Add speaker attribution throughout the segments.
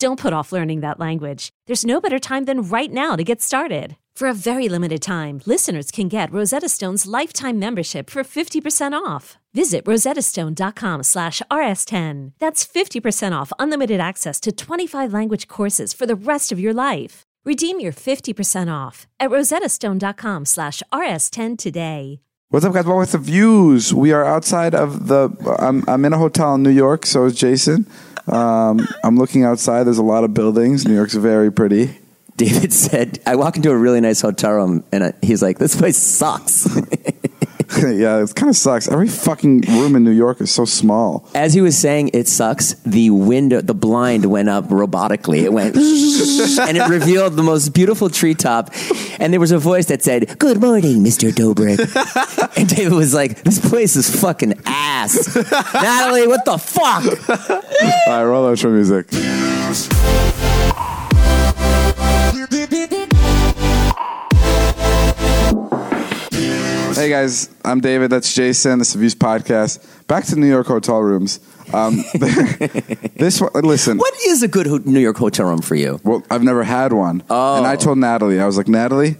Speaker 1: Don't put off learning that language. There's no better time than right now to get started. For a very limited time, listeners can get Rosetta Stone's lifetime membership for 50% off. Visit rosettastone.com slash rs10. That's 50% off unlimited access to 25 language courses for the rest of your life. Redeem your 50% off at rosettastone.com slash rs10 today.
Speaker 2: What's up, guys? Well, with the views, we are outside of the. I'm, I'm in a hotel in New York. So is Jason. Um, I'm looking outside. There's a lot of buildings. New York's very pretty.
Speaker 3: David said, I walk into a really nice hotel room and I, he's like, this place sucks.
Speaker 2: yeah, it kind of sucks. Every fucking room in New York is so small.
Speaker 3: As he was saying it sucks, the window, the blind went up robotically. It went and it revealed the most beautiful treetop. And there was a voice that said, Good morning, Mr. Dobrik. and David was like, This place is fucking ass. Natalie, what the fuck?
Speaker 2: All right, roll that intro music. Hey guys, I'm David. That's Jason. This is Views Podcast. Back to New York hotel rooms. Um, this one, listen.
Speaker 3: What is a good ho- New York hotel room for you?
Speaker 2: Well, I've never had one.
Speaker 3: Oh.
Speaker 2: And I told Natalie, I was like, Natalie,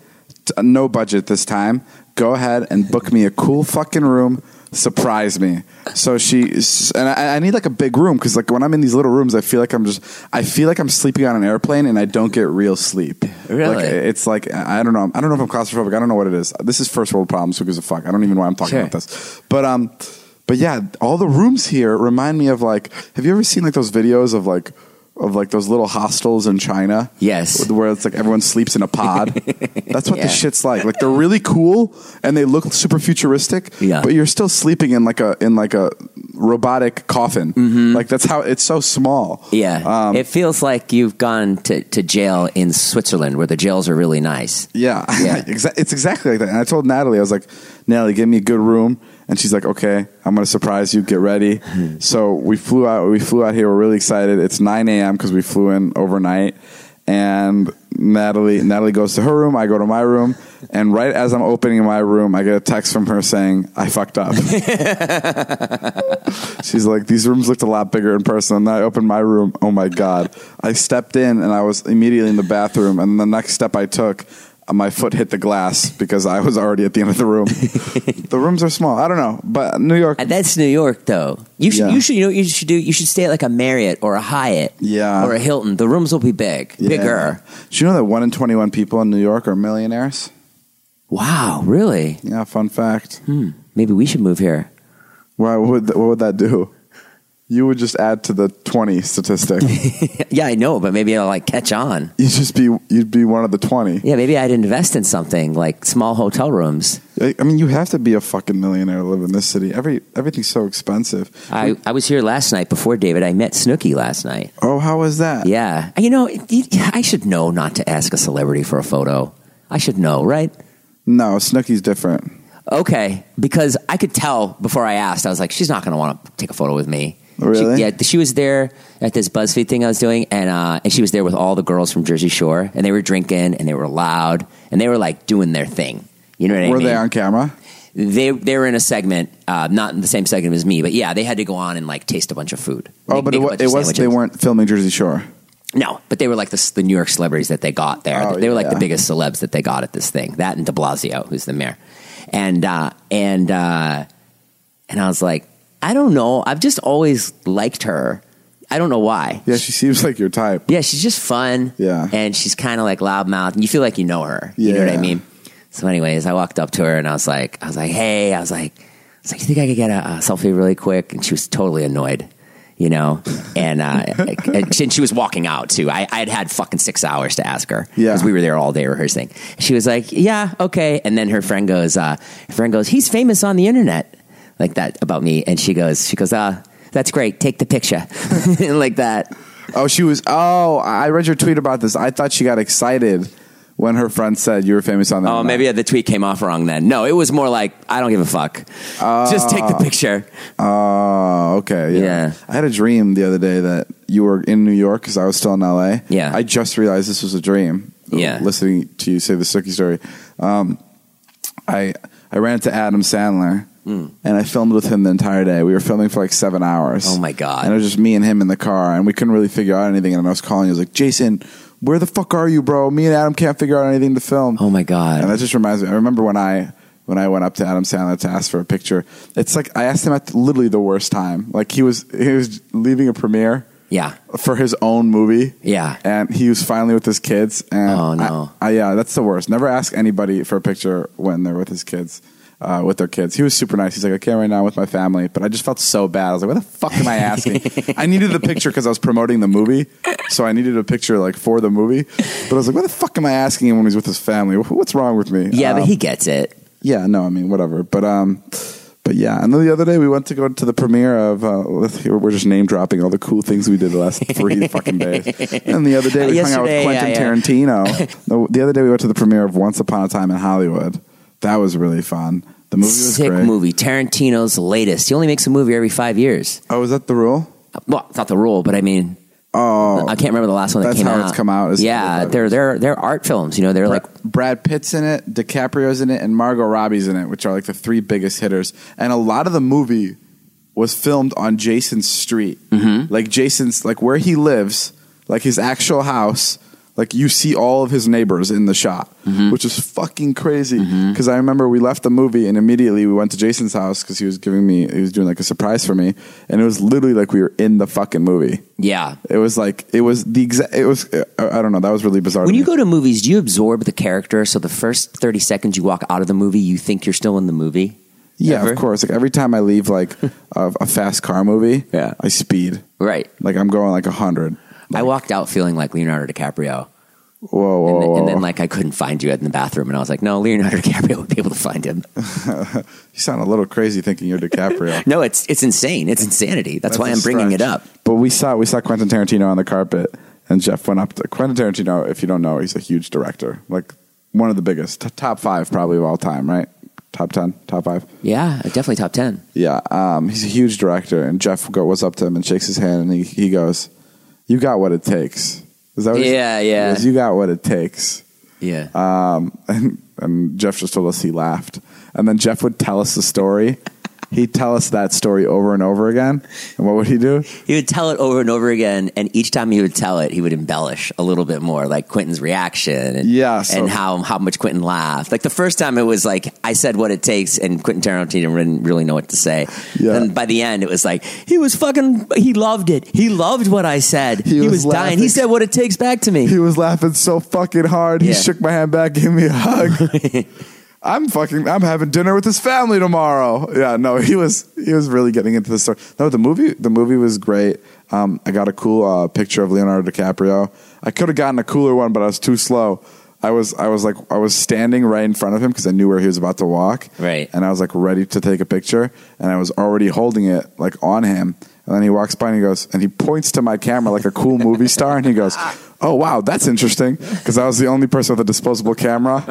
Speaker 2: t- uh, no budget this time. Go ahead and book me a cool fucking room. Surprise me. So she s- and I, I need like a big room because like when I'm in these little rooms, I feel like I'm just I feel like I'm sleeping on an airplane and I don't get real sleep.
Speaker 3: Really?
Speaker 2: Like, it's like I don't know. I don't know if I'm claustrophobic. I don't know what it is. This is first world problems. Who gives a fuck? I don't even know why I'm talking
Speaker 3: Sure.
Speaker 2: about this. But um, but yeah, all the rooms here remind me of like. Have you ever seen like those videos of like of like those little hostels in China?
Speaker 3: Yes.
Speaker 2: where it's like everyone sleeps in a pod. That's what
Speaker 3: Yeah.
Speaker 2: the shit's like. Like they're really cool and they look super futuristic.
Speaker 3: Yeah.
Speaker 2: but you're still sleeping in like a in like a robotic coffin. Like that's how it's so small.
Speaker 3: Mm-hmm. Yeah.
Speaker 2: Um,
Speaker 3: it feels like you've gone to, to jail in Switzerland where the jails are really nice.
Speaker 2: Yeah,
Speaker 3: Yeah.
Speaker 2: Exa- it's exactly like that. And I told Natalie, I was like, Natalie, give me a good room. And she's like, okay, I'm gonna surprise you. Get ready. so we flew out. We flew out here. We're really excited. It's 9 a.m. because we flew in overnight. And Natalie, Natalie goes to her room. I go to my room. And right as I'm opening my room, I get a text from her saying I fucked up. She's like, these rooms looked a lot bigger in person. And then I opened my room. Oh my God. I stepped in and I was immediately in the bathroom. And the next step I took, uh, my foot hit the glass because I was already at the end of the room. the rooms are small. I don't know. But New York,
Speaker 3: Uh, That's New York, though. You should,
Speaker 2: Yeah.
Speaker 3: you should, you know, what you should do. You should stay at like a Marriott or a Hyatt,
Speaker 2: Yeah.
Speaker 3: or a Hilton. The rooms will be big,
Speaker 2: Uh-huh. Yeah.
Speaker 3: bigger.
Speaker 2: Do you know that one in 21 people in New York are millionaires?
Speaker 3: Wow, really?
Speaker 2: Yeah, fun fact.
Speaker 3: Hmm. Maybe we should move here.
Speaker 2: Why would, th- what would that do? You would just add to the 20 statistic.
Speaker 3: yeah, I know, but maybe I'll like catch on.
Speaker 2: you'd just be, you'd be one of the 20.
Speaker 3: Yeah, maybe I'd invest in something like small hotel rooms.
Speaker 2: I I mean, you have to be a fucking millionaire to live in this city. Every, everything's so expensive.
Speaker 3: I, I was here last night before David. I met Snooky last night.
Speaker 2: Oh, how was that?
Speaker 3: Yeah, you know, I should know not to ask a celebrity for a photo. I should know, right?
Speaker 2: No, Snooki's different.
Speaker 3: Okay, because I could tell before I asked. I was like, she's not going to want to take a photo with me.
Speaker 2: Really?
Speaker 3: She, yeah, she was there at this BuzzFeed thing I was doing, and uh, and she was there with all the girls from Jersey Shore, and they were drinking, and they were loud, and they were like doing their thing. You know what
Speaker 2: Were
Speaker 3: I mean?
Speaker 2: they on camera?
Speaker 3: They they were in a segment, uh, not in the same segment as me, but yeah, they had to go on and like taste a bunch of food.
Speaker 2: Oh,
Speaker 3: Make-
Speaker 2: but
Speaker 3: make
Speaker 2: it,
Speaker 3: a
Speaker 2: wa-
Speaker 3: bunch
Speaker 2: it
Speaker 3: of
Speaker 2: was. They
Speaker 3: sandwiches.
Speaker 2: weren't filming Jersey Shore.
Speaker 3: No, but they were like the, the New York celebrities that they got there.
Speaker 2: Oh,
Speaker 3: they were like
Speaker 2: yeah.
Speaker 3: the biggest celebs that they got at this thing. That and De Blasio, who's the mayor, and uh, and uh, and I was like, I don't know. I've just always liked her. I don't know why.
Speaker 2: Yeah, she seems like your type.
Speaker 3: Yeah, she's just fun.
Speaker 2: Yeah.
Speaker 3: and she's kind of like loudmouth, and you feel like you know her. You know
Speaker 2: Yeah.
Speaker 3: what I mean? So, anyways, I walked up to her and I was like, I was like, hey, I was like, I was like, you think I could get a, a selfie really quick? And she was totally annoyed, you know. And uh, and, she, and she was walking out too. I, I had had fucking six hours to ask her
Speaker 2: Yeah.
Speaker 3: because we were there all day rehearsing. She was like, yeah, okay. And then her friend goes, uh, her friend goes, he's famous on the internet. like that about me. And she goes, she goes, ah, that's great. Take the picture, like that.
Speaker 2: Oh, she was. Oh, I read your tweet about this. I thought she got excited when her friend said you were famous on that.
Speaker 3: Oh,
Speaker 2: night.
Speaker 3: maybe the tweet came off wrong then. No, it was more like I don't give a fuck. Just take the
Speaker 2: Ah.
Speaker 3: picture.
Speaker 2: Oh, okay. Yeah.
Speaker 3: Yeah.
Speaker 2: I had a dream the other day that you were in New York because I was still in LA.
Speaker 3: Yeah.
Speaker 2: I just realized this was a dream. uh,
Speaker 3: Yeah.
Speaker 2: Listening to you say the Sookie story. Um, I I ran into Adam Sandler
Speaker 3: Hmm.
Speaker 2: and I filmed with him the entire day. We were filming for like seven hours.
Speaker 3: Oh, my God.
Speaker 2: And it was just me and him in the car and we couldn't really figure out anything. And I was calling, I was like, Jason, where the fuck are you, bro? Me and Adam can't figure out anything to film.
Speaker 3: Oh my god.
Speaker 2: And that just reminds me. I remember when I when I went up to Adam Sandler to ask for a picture. It's like I asked him at literally the worst time. Like he was he was leaving a premiere
Speaker 3: yeah.
Speaker 2: for his own movie.
Speaker 3: Yeah.
Speaker 2: And he was finally with his kids. And
Speaker 3: Oh, no.
Speaker 2: I, I- yeah, that's the worst. Never ask anybody for a picture when they're with his kids. Uh, with their kids, he was super nice. He's like, "I can't right now with my family," but I just felt so bad. I was like, "What the fuck am I asking?" I needed the picture because I was promoting the movie, so I needed a picture like for the movie. But I was like, "What the fuck am I asking him when he's with his family? Wh- What's wrong with me?"
Speaker 3: Yeah,
Speaker 2: Um,
Speaker 3: but he gets it.
Speaker 2: yeah, no, I mean, whatever. But um, but yeah. And then the other day we went to go to the premiere of. Uh, with- we're just name dropping all the cool things we did the last three fucking days. And the other day we
Speaker 3: Uh,
Speaker 2: hung out with
Speaker 3: yesterday,
Speaker 2: Quentin
Speaker 3: yeah, yeah.
Speaker 2: Tarantino. No, the other day we went to the premiere of Once Upon a Time in Hollywood. That was really fun. The movie was
Speaker 3: Sick
Speaker 2: great.
Speaker 3: movie. Tarantino's latest. He only makes a movie every five years.
Speaker 2: Oh, is that the rule?
Speaker 3: Well, it's not the rule, but I mean,
Speaker 2: Oh,
Speaker 3: I can't remember the last one that
Speaker 2: That's
Speaker 3: came out.
Speaker 2: how it's come out, is-
Speaker 3: yeah, they're they're they're art films. You know, they're like
Speaker 2: Brad Pitt's in it, DiCaprio's in it, and Margot Robbie's in it, which are like the three biggest hitters. And a lot of the movie was filmed on Jason's street,
Speaker 3: Mm-hmm.
Speaker 2: like Jason's, like where he lives, like his actual house. Like you see all of his neighbors in the shot,
Speaker 3: Mm-hmm.
Speaker 2: which is fucking crazy. Because I remember we left the movie and immediately we went to Jason's house because he was giving me, he was doing like a surprise for me, and it was literally like we were in the fucking movie.
Speaker 3: yeah.
Speaker 2: It was like it was the exact. It was I I don't know. That was really bizarre.
Speaker 3: When
Speaker 2: to
Speaker 3: you
Speaker 2: me.
Speaker 3: go to movies, do you absorb the character? So the first thirty seconds you walk out of the movie, you think you're still in the movie.
Speaker 2: Yeah,
Speaker 3: Ever?
Speaker 2: of course. Like every time I leave like a, a fast car movie,
Speaker 3: Yeah.
Speaker 2: I speed.
Speaker 3: Right.
Speaker 2: Like I'm going like hundred.
Speaker 3: I walked out feeling like Leonardo DiCaprio,
Speaker 2: Whoa, whoa,
Speaker 3: and, then-
Speaker 2: whoa!
Speaker 3: and then like I couldn't find you in the bathroom, and I was like, no, Leonardo DiCaprio would be able to find him.
Speaker 2: you sound a little crazy thinking you're DiCaprio.
Speaker 3: No, it's it's insane. It's insanity. That's,
Speaker 2: That's
Speaker 3: why
Speaker 2: a
Speaker 3: I'm bringing it
Speaker 2: stretch.
Speaker 3: up.
Speaker 2: But we saw we saw Quentin Tarantino on the carpet, and Jeff went up to Quentin Tarantino. If you don't know, he's a huge director, like one of the biggest, T- top five probably of all time, right? Top ten, top five.
Speaker 3: Yeah, definitely top ten.
Speaker 2: Yeah, um, he's a huge director, and Jeff go, goes up to him and shakes his hand, and he, he goes, "You got what it takes." Is that what he
Speaker 3: Yeah,
Speaker 2: said? He
Speaker 3: yeah.
Speaker 2: goes, you got what it takes.
Speaker 3: Yeah.
Speaker 2: Um, and, and Jeff just told us he laughed. And then Jeff would tell us the story. He'd tell us that story over and over again. And what would he do?
Speaker 3: He would tell it over and over again, and each time he would tell it, he would embellish a little bit more, like Quentin's reaction, and,
Speaker 2: Yeah, so-
Speaker 3: and how how much Quentin laughed. Like the first time, it was like I said what it takes, and Quentin Tarantino didn't really know what to say.
Speaker 2: Yeah.
Speaker 3: Then by the end, it was like he was fucking. He loved it. He loved what I said. He,
Speaker 2: He
Speaker 3: was,
Speaker 2: was
Speaker 3: dying. He
Speaker 2: laughing.
Speaker 3: said what it takes back to me.
Speaker 2: He was laughing so fucking hard. He
Speaker 3: Yeah.
Speaker 2: shook my hand back, gave me a hug. I'm fucking. I'm having dinner with his family tomorrow. Yeah, no, he was he was really getting into the story. No, the movie the movie was great. Um, I got a cool uh, picture of Leonardo DiCaprio. I could have gotten a cooler one, but I was too slow. I was I was like I was standing right in front of him because I knew where he was about to walk.
Speaker 3: Right.
Speaker 2: and I was like ready to take a picture, and I was already holding it like on him. And then he walks by and he goes, and he points to my camera like a cool movie star, and he goes, "Oh wow, that's interesting," because I was the only person with a disposable camera,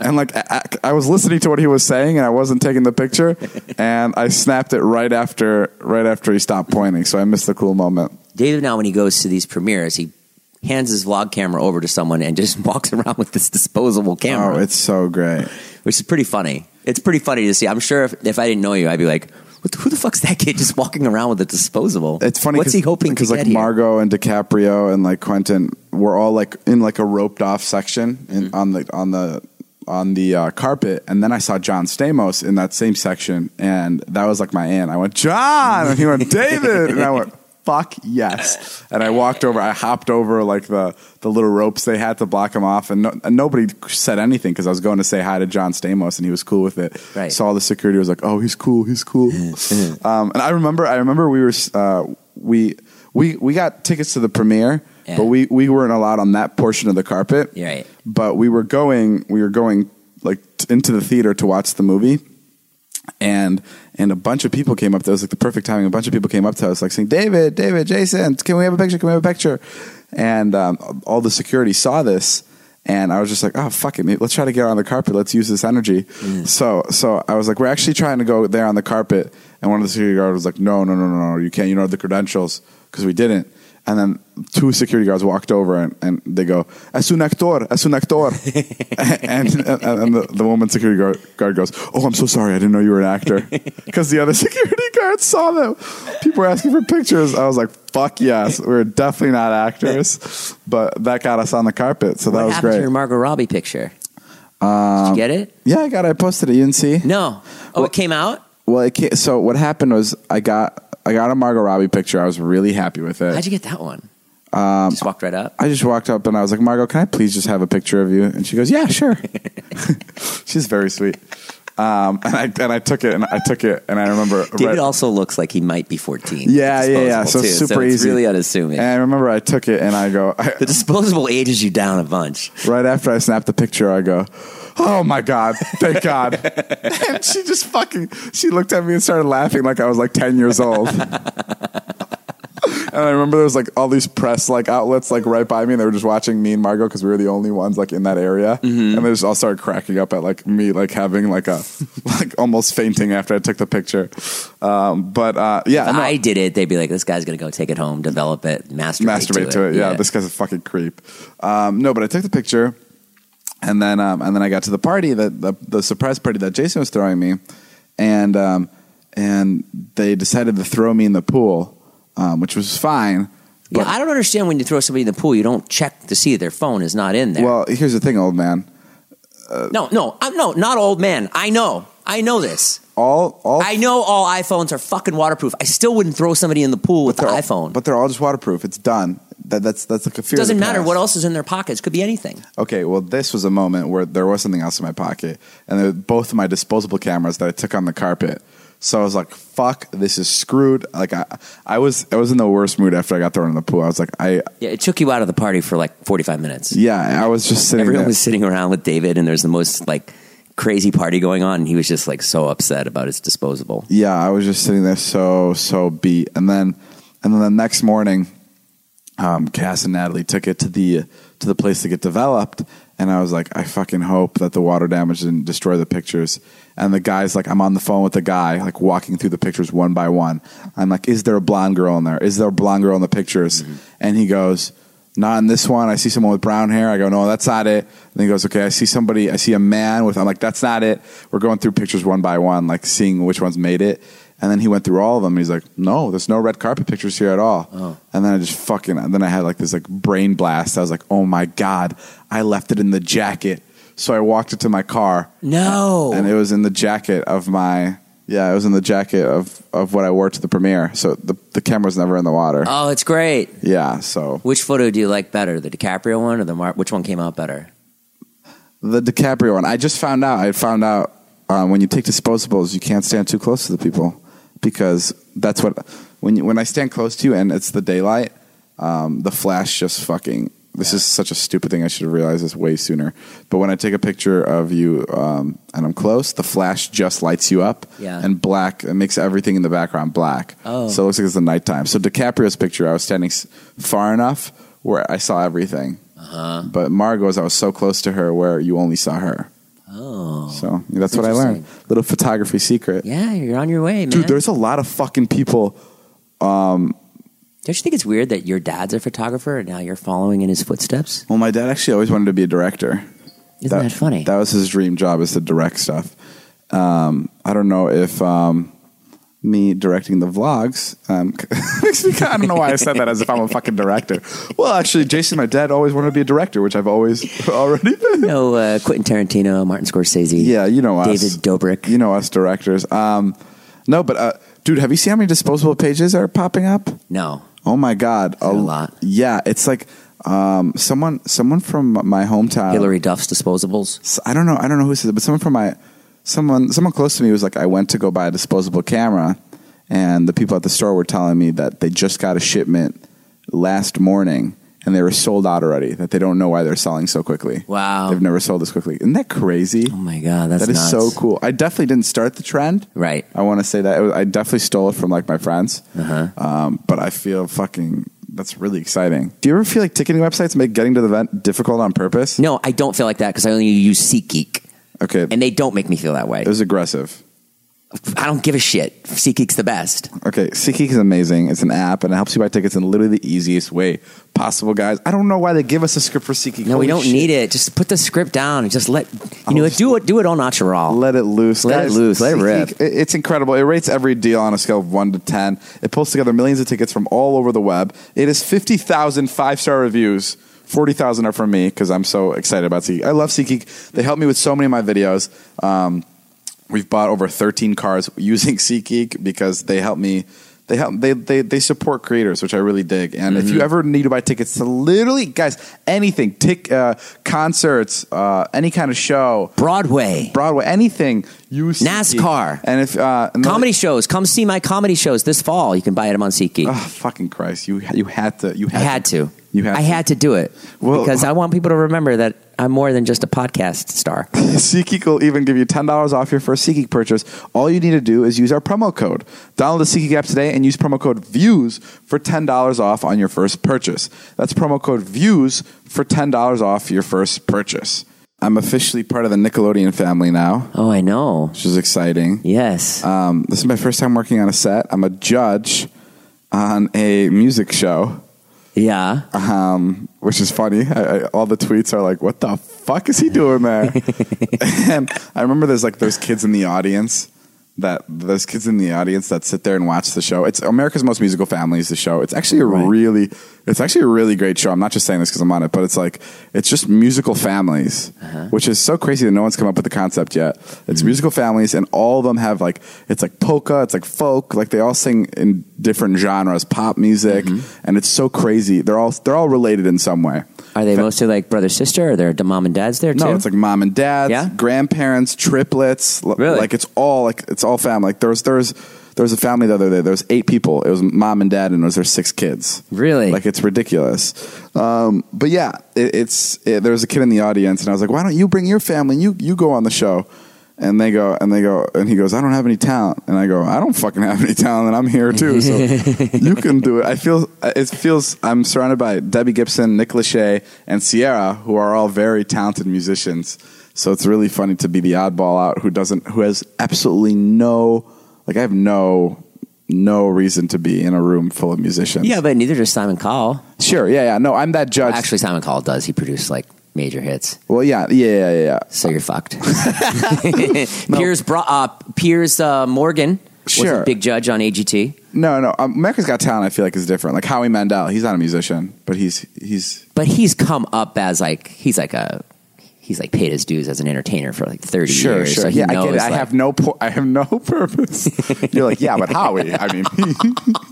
Speaker 2: and like I, I I was listening to what he was saying, and I wasn't taking the picture, and I snapped it right after right after he stopped pointing, so I missed the cool moment.
Speaker 3: David now, when he goes to these premieres, he hands his vlog camera over to someone and just walks around with this disposable camera.
Speaker 2: Oh, it's so great.
Speaker 3: which is pretty funny. It's pretty funny to see. I'm sure if, if I didn't know you, I'd be like, what, the- "Who the fuck's that kid just walking around with a disposable?"
Speaker 2: It's funny.
Speaker 3: What's he hoping to
Speaker 2: Because like
Speaker 3: get here?
Speaker 2: Margot and DiCaprio and like Quentin were all like in like a roped off section in,
Speaker 3: Mm-hmm.
Speaker 2: on the on the on the uh, carpet, and then I saw John Stamos in that same section, and that was like my aunt. I went John, and he went David, and I went fuck yes, and I walked over. I hopped over like the the little ropes they had to block him off, and, no, and nobody said anything because I was going to say hi to John Stamos, and he was cool with it.
Speaker 3: Right.
Speaker 2: So all the security was like, "Oh, he's cool, he's cool." um, and I remember, I remember we were uh, we we we got tickets to the premiere,
Speaker 3: Yeah.
Speaker 2: but we we weren't allowed on that portion of the carpet.
Speaker 3: You're right.
Speaker 2: But we were going, we were going like t- into the theater to watch the movie, and and a bunch of people came up. That was like the perfect timing. A bunch of people came up to us, like saying, "David, David, Jason, can we have a picture? Can we have a picture?" And um, all the security saw this, and I was just like, "Oh fuck it, mate. let's try to get on the carpet. Let's use this energy." So so I was like, "We're actually trying to go there on the carpet," and one of the security guards was like, "No, no, no, no, no, you can't. You don't have the credentials because we didn't." And then two security guards walked over and, and they go, "Es un actor, es un actor," and and, uh, and the, the woman security guard, guard goes, "Oh, I'm so sorry, I didn't know you were an actor," because the other security guards saw them. People were asking for pictures. I was like, "Fuck yes, we are definitely not actors," but that got us on the carpet, so that
Speaker 3: what
Speaker 2: was
Speaker 3: happened to
Speaker 2: great. Um,
Speaker 3: your Margot Robbie picture? Did you get it?
Speaker 2: yeah, I got. it. I posted it. You didn't see?
Speaker 3: No. Oh, it came out.
Speaker 2: Well, it ca so what happened was I got I got a Margot Robbie picture. I was really happy with it.
Speaker 3: How'd you get that one?
Speaker 2: Um,
Speaker 3: Just walked right up.
Speaker 2: I just walked up and I was like, Margot, can I please just have a picture of you? And she goes, Yeah, sure. She's very sweet. Um, and I and I took it and I took it and I remember
Speaker 3: David
Speaker 2: right-
Speaker 3: also looks like he might be 14.
Speaker 2: yeah yeah yeah so
Speaker 3: Disposable, too,
Speaker 2: super
Speaker 3: it's
Speaker 2: easy
Speaker 3: really unassuming.
Speaker 2: and I remember I took it and I go I-
Speaker 3: the disposable ages you down a bunch.
Speaker 2: right after I snapped the picture I go oh my god thank God and she just fucking she looked at me and started laughing like I was like ten years old and I remember there was like all these press like outlets like right by me and they were just watching me and Margot because we were the only ones like in that area and they just all started cracking up at like me like having like a like almost fainting after I took the picture um, but uh, yeah
Speaker 3: If
Speaker 2: no,
Speaker 3: I did it, they'd be like, "This guy's gonna go take it home, develop it, masturbate,
Speaker 2: masturbate to it. Yeah, this guy's a fucking creep. Um, no, but I took the picture, and then um, and then I got to the party that the, the surprise party that Jason was throwing me, and um, and they decided to throw me in the pool, um, which was fine.
Speaker 3: Yeah, I don't understand when you throw somebody in the pool, you don't check to see their phone is not in there.
Speaker 2: Well, here's the thing, old man.
Speaker 3: no, no, I'm no, not old man. I know, I know this.
Speaker 2: All all
Speaker 3: I know all iPhones are fucking waterproof. I still wouldn't throw somebody in the pool with the
Speaker 2: they're all-
Speaker 3: iPhone.
Speaker 2: but they're all just waterproof. It's done. That, that's that's like a fear.
Speaker 3: it
Speaker 2: of the
Speaker 3: doesn't matter
Speaker 2: past.
Speaker 3: what else is in their pockets. Could be anything.
Speaker 2: Okay, well, this was a moment where there was something else in my pocket, and they were both of my disposable cameras that I took on the carpet. So I was like, "Fuck, this is screwed." Like I, I was, I was in the worst mood after I got thrown in the pool. I was like, "I,
Speaker 3: Yeah, it took you out of the party for like 45 minutes.
Speaker 2: yeah, I was just sitting
Speaker 3: Everyone
Speaker 2: there."
Speaker 3: was sitting around with David, and there's the most like crazy party going on, and he was just like so upset about his disposable.
Speaker 2: yeah, I was just sitting there, so so beat. And then, and then the next morning, um, Cass and Natalie took it to the to the place to get developed, and I was like, I fucking hope that the water damage didn't destroy the pictures. And the guy's like, I'm on the phone with the guy, like walking through the pictures one by one. I'm like, is there a blonde girl in there? Is there a blonde girl in the pictures? And he goes, not in this one. I see someone with brown hair. I go, no, that's not it. And he goes, okay, I see somebody. I see a man with. I'm like, that's not it. We're going through pictures one by one, like seeing which ones made it. And then he went through all of them. He's like, no, there's no red carpet pictures here at all. And then I just fucking, and then I had like this like brain blast. I was like, oh my God, I left it in the jacket. So I walked it to my car
Speaker 3: No,
Speaker 2: and it was in the jacket of my, yeah, it was in the jacket of, of what I wore to the premiere. So the, the camera's never in the water.
Speaker 3: oh, it's great.
Speaker 2: Yeah. So
Speaker 3: Which photo do you like better, the DiCaprio one or the Mar- which one came out better?
Speaker 2: the DiCaprio one, I just found out, I found out um, when you take disposables, you can't stand too close to the people because that's what, when, you, when I stand close to you and it's the daylight, um, the flash just fucking this is such a stupid thing i should have realized this way sooner but when i take a picture of you um, and i'm close the flash just lights you up
Speaker 3: Yeah.
Speaker 2: and black it makes everything in the background black
Speaker 3: Oh.
Speaker 2: so it looks like it's the nighttime so dicaprio's picture i was standing s- far enough where i saw everything uh-huh. but margot's i was so close to her where you only saw her
Speaker 3: Oh,
Speaker 2: so that's what i learned little photography secret
Speaker 3: yeah, you're on your way, man.
Speaker 2: dude there's a lot of fucking people
Speaker 3: Don't you think it's weird that your dad's a photographer and now you're following in his footsteps?
Speaker 2: well my dad actually always wanted to be a director
Speaker 3: Isn't that, funny?
Speaker 2: That was his dream job is to direct stuff. Um, I don't know if um, me directing the vlogs um, makes me. I don't know why I said that as if I'm a fucking director. Well, actually, Jason, my dad always wanted to be a director, which I've always already been.
Speaker 3: no, uh, Quentin Tarantino, Martin Scorsese.
Speaker 2: Yeah, you know us.
Speaker 3: David Dobrik.
Speaker 2: You know us directors. Um, no, but uh, dude, have you seen how many disposable pages are popping up?
Speaker 3: No,
Speaker 2: Oh my god,
Speaker 3: it a lot?
Speaker 2: Yeah, it's like um, someone someone from my hometown.
Speaker 3: Hillary Duff's Disposables.
Speaker 2: s- I don't know. I don't know who said it, but someone from my someone someone close to me was like, I went to go buy a disposable camera, and the people at the store were telling me that they just got a shipment last morning, and they were sold out already. That they don't know why they're selling so quickly.
Speaker 3: Wow.
Speaker 2: they've never sold this quickly. Isn't that crazy?
Speaker 3: Oh my god, that's
Speaker 2: That is
Speaker 3: nuts.
Speaker 2: so cool. I definitely didn't start the trend.
Speaker 3: Right.
Speaker 2: I want to say that It was- I definitely stole it from like my friends. Uh-huh. Um, but I feel fucking. That's really exciting. Do you ever feel like ticketing websites make getting to the event difficult on purpose?
Speaker 3: No, I don't feel like that because I only use SeatGeek,
Speaker 2: Okay.
Speaker 3: and they don't make me feel that way.
Speaker 2: it was aggressive.
Speaker 3: I don't give a shit. SeatGeek's the best.
Speaker 2: Okay, SeatGeek is amazing. It's an app and it helps you buy tickets in literally the easiest way possible, guys. I don't know why they give us a script for SeatGeek.
Speaker 3: No,
Speaker 2: Holy
Speaker 3: we don't
Speaker 2: shit. Oh,
Speaker 3: need it. Just put the script down and just let you know.
Speaker 2: I'll-
Speaker 3: Do it. Do it all natural.
Speaker 2: Let it loose.
Speaker 3: Let it
Speaker 2: guys.
Speaker 3: loose. Let it
Speaker 2: SeatGeek,
Speaker 3: rip.
Speaker 2: i- It's incredible. It rates every deal on a scale of one to ten. It pulls together millions of tickets from all over the web. It is 50,000 five star reviews. Forty thousand are from me because I'm so excited about SeatGeek. I love SeatGeek. They help me with so many of my videos. Um, we've bought over 13 cars using SeatGeek because they help me. They help. They they they support creators, which I really dig. And
Speaker 3: Mm-hmm.
Speaker 2: if you ever need to buy tickets to literally, guys, anything, tick uh, concerts, uh, any kind of show,
Speaker 3: Broadway.
Speaker 2: Broadway, anything. You see-
Speaker 3: NASCAR.
Speaker 2: and if uh, another-
Speaker 3: Comedy shows. Come see my comedy shows this fall. You can buy them on SeatGeek.
Speaker 2: Oh, fucking Christ! You you had to. You
Speaker 3: I
Speaker 2: had,
Speaker 3: had to.
Speaker 2: You had.
Speaker 3: I had to do it
Speaker 2: Well- uh,
Speaker 3: because I want people to remember that I'm more than just a podcast star.
Speaker 2: SeatGeek will even give you ten dollars off your first SeatGeek purchase. All you need to do is use our promo code. Download the SeatGeek app today and use promo code Views for ten dollars off on your first purchase. That's promo code Views for ten dollars off your first purchase. I'm officially part of the Nickelodeon family now,
Speaker 3: Oh, I know.
Speaker 2: which is exciting.
Speaker 3: Yes.
Speaker 2: Um, this is my first time working on a set. I'm a judge on a music show,
Speaker 3: yeah.
Speaker 2: um, which is funny. I, I, all the tweets are like, "What the fuck is he doing there?" and I remember there's like those kids in the audience that those kids in the audience that sit there and watch the show. It's America's Most Musical Family is the show. It's actually a
Speaker 3: Right.
Speaker 2: really, it's actually a really great show. I'm not just saying this because I'm on it, but it's like it's just musical families, which is so crazy that no one's come up with the concept yet. It's musical families, and all of them have like it's like polka, it's like folk, like they all sing in different genres, pop music, and it's so crazy. They're all they're all related in some way.
Speaker 3: Are they mostly like brother sister? Are there d- mom and dads there too?
Speaker 2: No, it's like mom and dad,
Speaker 3: Yeah?
Speaker 2: grandparents, triplets. l-
Speaker 3: Really?
Speaker 2: Like it's all like it's all family. Like there's there's there's a family the other day. There's eight people. It was mom and dad, and it was their six kids.
Speaker 3: Really?
Speaker 2: Like it's ridiculous. Um, but yeah, it, it's it, there was a kid in the audience, and I was like, why don't you bring your family? You you go on the show. And they go, and they go, and he goes, I don't have any talent. And I go, I don't fucking have any talent, and I'm here too. So you can do it. I feel, it feels, I'm surrounded by Debbie Gibson, Nick Lachey, and Sierra, who are all very talented musicians. So it's really funny to be the oddball out who doesn't, who has absolutely no, like I have no, no reason to be in a room full of musicians.
Speaker 3: yeah, but neither does Simon Cowell.
Speaker 2: Sure. Yeah. Yeah. No, I'm that judge.
Speaker 3: Actually, Simon Cowell does. He produced like major hits.
Speaker 2: well, yeah. Yeah. Yeah. Yeah. yeah.
Speaker 3: So you're fucked. Piers, Bro- uh, Piers uh, Morgan was
Speaker 2: Sure.
Speaker 3: a big judge on AGT.
Speaker 2: No. No. Um, America's Got Talent. I feel like is different. Like Howie Mandel. He's not a musician, but he's he's
Speaker 3: But he's come up as like he's like a he's like paid his dues as an entertainer for like thirty years. So he
Speaker 2: yeah. I
Speaker 3: knows,
Speaker 2: get it. I
Speaker 3: like-
Speaker 2: have no. Po- I have no purpose. You're like, yeah, but Howie. I mean,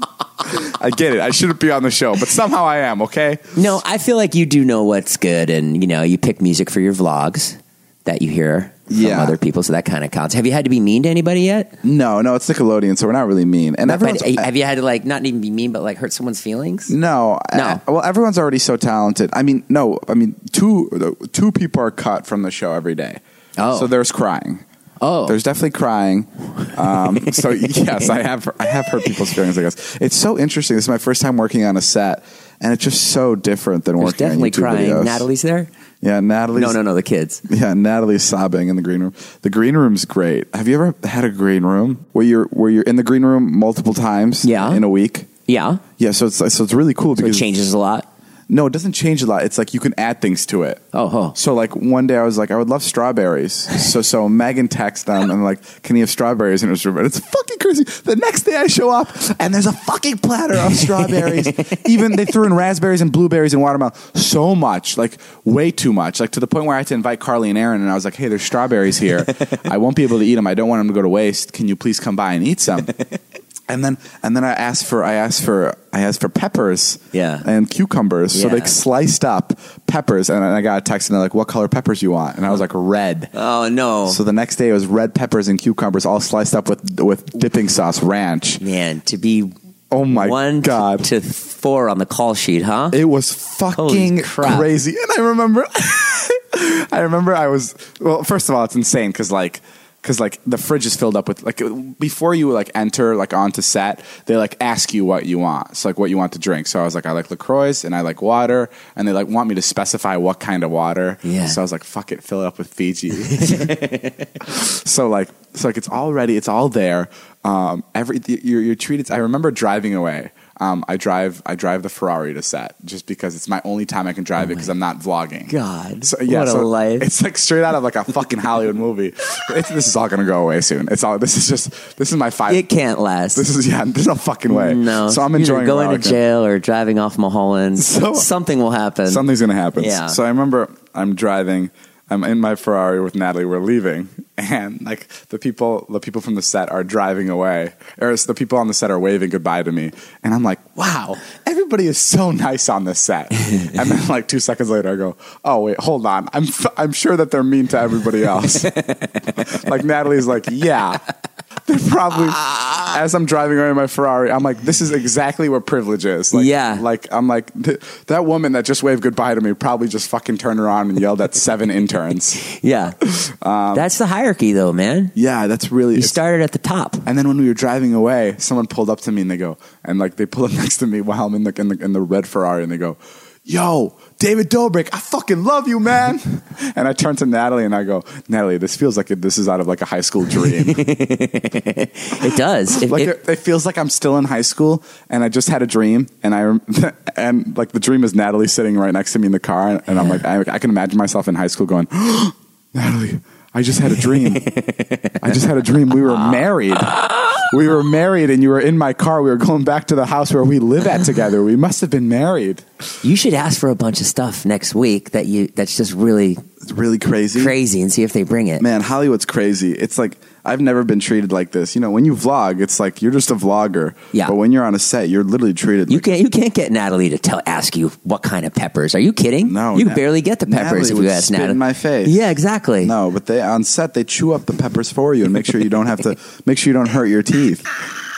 Speaker 2: I get it. I shouldn't be on the show, but somehow I am. Okay.
Speaker 3: No, I feel like you do know what's good, and you know you pick music for your vlogs that you hear from
Speaker 2: Yeah.
Speaker 3: other people. So that kind of counts. Have you had to be mean to anybody yet?
Speaker 2: No. No. It's Nickelodeon, so we're not really mean. And
Speaker 3: But
Speaker 2: everyone's.
Speaker 3: have you had to like not even be mean, but like hurt someone's feelings?
Speaker 2: No,
Speaker 3: No.
Speaker 2: I- well, everyone's already so talented. I mean, no, I mean two two people are cut from the show every day.
Speaker 3: Oh.
Speaker 2: so there's crying.
Speaker 3: Oh.
Speaker 2: there's definitely crying. Um, so yes, I have I have hurt people's feelings. I guess it's so interesting. This is my first time working on a set, and it's just so different than
Speaker 3: There's
Speaker 2: working
Speaker 3: definitely
Speaker 2: on YouTube
Speaker 3: crying.
Speaker 2: videos.
Speaker 3: Natalie's there.
Speaker 2: yeah, Natalie's
Speaker 3: No, no, no. The kids.
Speaker 2: yeah, Natalie's sobbing in the green room. The green room's great. Have you ever had a green room where you're where you're in the green room multiple times?
Speaker 3: Yeah.
Speaker 2: in a week.
Speaker 3: Yeah,
Speaker 2: Yeah, so it's so it's really cool
Speaker 3: it
Speaker 2: because
Speaker 3: changes a lot.
Speaker 2: no, it doesn't change a lot. It's like you can add things to it.
Speaker 3: Oh, oh.
Speaker 2: So like one day I was like, I would love strawberries. So so Megan texts them and like, can you have strawberries in his room? And it's fucking crazy. The next day I show up and there's a fucking platter of strawberries. Even they threw in raspberries and blueberries and watermelon. So much, like way too much. Like to the point where I had to invite Carly and Aaron and I was like, hey, there's strawberries here. I won't be able to eat them. I don't want them to go to waste. Can you please come by and eat some? And then and then I asked for I asked for I asked for peppers
Speaker 3: Yeah.
Speaker 2: and cucumbers. So
Speaker 3: Yeah.
Speaker 2: they sliced up peppers, and I got a text, and they're like, "What color peppers you want?" And I was like, "Red."
Speaker 3: Oh no,
Speaker 2: So the next day it was red peppers and cucumbers, all sliced up with with dipping sauce, ranch.
Speaker 3: man! To be
Speaker 2: Oh my
Speaker 3: one
Speaker 2: god!
Speaker 3: to, to four on the call sheet, huh?
Speaker 2: It was fucking
Speaker 3: crap.
Speaker 2: crazy. And I remember, I remember I was, well, first of all, it's insane because, like, because like the fridge is filled up with like before you like enter like onto set they like ask you what you want so like what you want to drink so I was like I like Lacroix and I like water and they like want me to specify what kind of water
Speaker 3: Yeah.
Speaker 2: so I was like fuck it fill it up with Fiji so like so like it's already it's all there um every you're, you're treated i remember driving away um i drive i drive the ferrari to set just because it's my only time i can drive it because i'm not vlogging
Speaker 3: Oh God,
Speaker 2: so, yeah,
Speaker 3: what a
Speaker 2: so
Speaker 3: life.
Speaker 2: It's like straight out of like a fucking Hollywood movie. It's, this is all gonna go away soon. It's all. This is just. This is my five.
Speaker 3: it can't last.
Speaker 2: this is yeah. There's no fucking way.
Speaker 3: no,
Speaker 2: So I'm
Speaker 3: You're
Speaker 2: enjoying
Speaker 3: going
Speaker 2: Moroccan.
Speaker 3: to jail or driving off Mulholland.
Speaker 2: So-
Speaker 3: Something will happen.
Speaker 2: Something's gonna happen.
Speaker 3: Yeah.
Speaker 2: So I remember I'm driving. I'm in my Ferrari with Natalie. We're leaving, and like the people, the people from the set are driving away, or it's the people on the set are waving goodbye to me, and I'm like, "Wow, everybody is so nice on this set." and then like two seconds later, I go, "Oh wait, hold on. I'm f- I'm sure that they're mean to everybody else." like Natalie's like, "Yeah." They're probably
Speaker 3: Ah.
Speaker 2: as I'm driving around in my Ferrari. I'm like, this is exactly what privilege is. Like,
Speaker 3: Yeah.
Speaker 2: like like I'm like th- that woman that just waved goodbye to me probably just fucking turned around and yelled at seven interns.
Speaker 3: Yeah,
Speaker 2: Um,
Speaker 3: that's the hierarchy, though, man.
Speaker 2: Yeah, that's really.
Speaker 3: You started at the top.
Speaker 2: and then when we were driving away, someone pulled up to me and they go, and like they pull up next to me while I'm in the in the, in the red Ferrari and they go, "Yo, David Dobrik, I fucking love you, man." and I turn to Natalie and I go, "Natalie, this feels like it, this is out of like a high school dream.
Speaker 3: It does. It-
Speaker 2: like
Speaker 3: it-
Speaker 2: it, it feels like I'm still in high school and I just had a dream and I and like the dream is Natalie sitting right next to me in the car and, I'm like I, I can imagine myself in high school going Natalie I just had a dream I just had a dream we were married we were married and you were in my car we were going back to the house where we live at together we must have been married
Speaker 3: you should ask for a bunch of stuff next week that you that's just really
Speaker 2: it's really crazy
Speaker 3: crazy and see if they bring it.
Speaker 2: Mm. man Hollywood's crazy it's like I've never been treated like this you know when you vlog it's like you're just a vlogger
Speaker 3: Yeah.
Speaker 2: but when you're on a set you're literally treated
Speaker 3: You
Speaker 2: like
Speaker 3: can't you can't get Natalie to tell ask you what kind of peppers. Are you kidding?
Speaker 2: No,
Speaker 3: you
Speaker 2: Nat-
Speaker 3: can barely get the
Speaker 2: Natalie
Speaker 3: peppers if
Speaker 2: would
Speaker 3: you ask
Speaker 2: spit
Speaker 3: Natalie.
Speaker 2: in my face.
Speaker 3: Yeah, exactly.
Speaker 2: No, but they on set they chew up the peppers for you and make sure you don't have to make sure you don't hurt your teeth.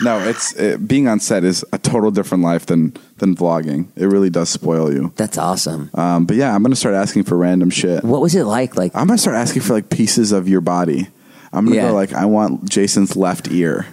Speaker 2: No, it's it, being on set is a total different life than than vlogging. It really does spoil you.
Speaker 3: That's awesome.
Speaker 2: Um, but yeah, I'm gonna start asking for random shit.
Speaker 3: What was it like? Like
Speaker 2: I'm gonna start asking for like pieces of your body. I'm gonna
Speaker 3: Yeah.
Speaker 2: go like I want Jason's left ear.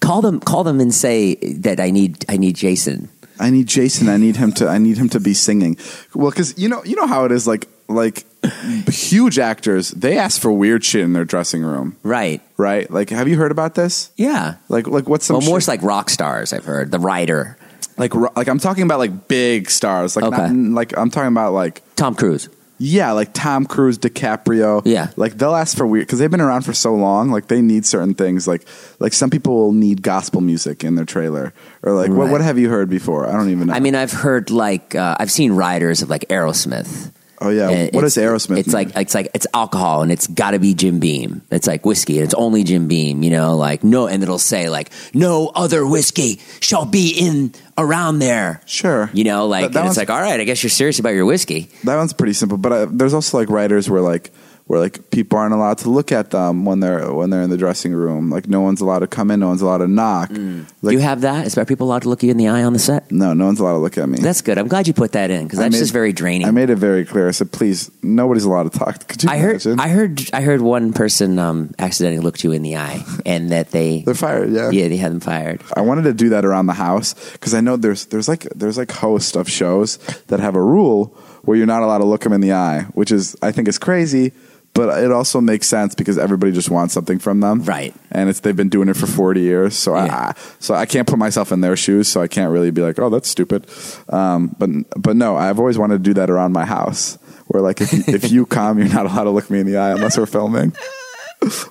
Speaker 3: call them call them and say that I need I need Jason.
Speaker 2: I need Jason. I need him to. I need him to be singing. Well, because you know, you know how it is. Like like huge actors, they ask for weird shit in their dressing room,
Speaker 3: Right.
Speaker 2: right? Like, have you heard about this?
Speaker 3: Yeah.
Speaker 2: Like like what's some
Speaker 3: Well, more
Speaker 2: shit-
Speaker 3: it's like rock stars. I've heard the writer
Speaker 2: like ro- like I'm talking about like big stars. Like
Speaker 3: Okay.
Speaker 2: not, like I'm talking about like
Speaker 3: Tom Cruise.
Speaker 2: yeah, like Tom Cruise, DiCaprio.
Speaker 3: Yeah.
Speaker 2: like they'll ask for weird because they've been around for so long. Like they need certain things. Like like some people will need gospel music in their trailer or like what
Speaker 3: Right.
Speaker 2: what have you heard before? I don't even know.
Speaker 3: I mean, I've heard like uh, I've seen riders of like Aerosmith.
Speaker 2: oh yeah,
Speaker 3: And
Speaker 2: what
Speaker 3: it's-
Speaker 2: is Aerosmith?
Speaker 3: It's
Speaker 2: mean?
Speaker 3: like it's like it's alcohol and it's got to be Jim Beam. It's like whiskey and it's only Jim Beam. You know, like no, and it'll say like no other whiskey shall be in around there.
Speaker 2: sure,
Speaker 3: You know, like
Speaker 2: That- that
Speaker 3: and it's
Speaker 2: one's-
Speaker 3: like all right, I guess you're serious about your whiskey.
Speaker 2: That one's pretty simple, but uh, there's also like writers where like where like people aren't allowed to look at them when they're when they're in the dressing room. Like no one's allowed to come in, no one's allowed to knock. Like
Speaker 3: Do Mm. you have that? Is are people allowed to look you in the eye on the set?
Speaker 2: no, no one's allowed to look at me.
Speaker 3: That's good. I'm glad you put that in because
Speaker 2: I
Speaker 3: that's
Speaker 2: made-
Speaker 3: just very draining.
Speaker 2: I made it very clear. I said, please, nobody's allowed to talk. Could you
Speaker 3: I heard,
Speaker 2: imagine?
Speaker 3: I heard, I heard one person um, accidentally looked you in the eye, and that they,
Speaker 2: They're fired. Yeah.
Speaker 3: yeah, they had them fired.
Speaker 2: I wanted to do that around the house because I know there's there's like there's like hosts of shows that have a rule where you're not allowed to look them in the eye, which is I think is crazy, but it also makes sense because everybody just wants something from them,
Speaker 3: Right.
Speaker 2: And it's they've been doing it for 40 years, so I
Speaker 3: Yeah.
Speaker 2: so I can't put myself in their shoes, so I can't really be like, oh, that's stupid. Um, but but no, I've always wanted to do that around my house where like if, if you come, you're not allowed to look me in the eye unless we're filming.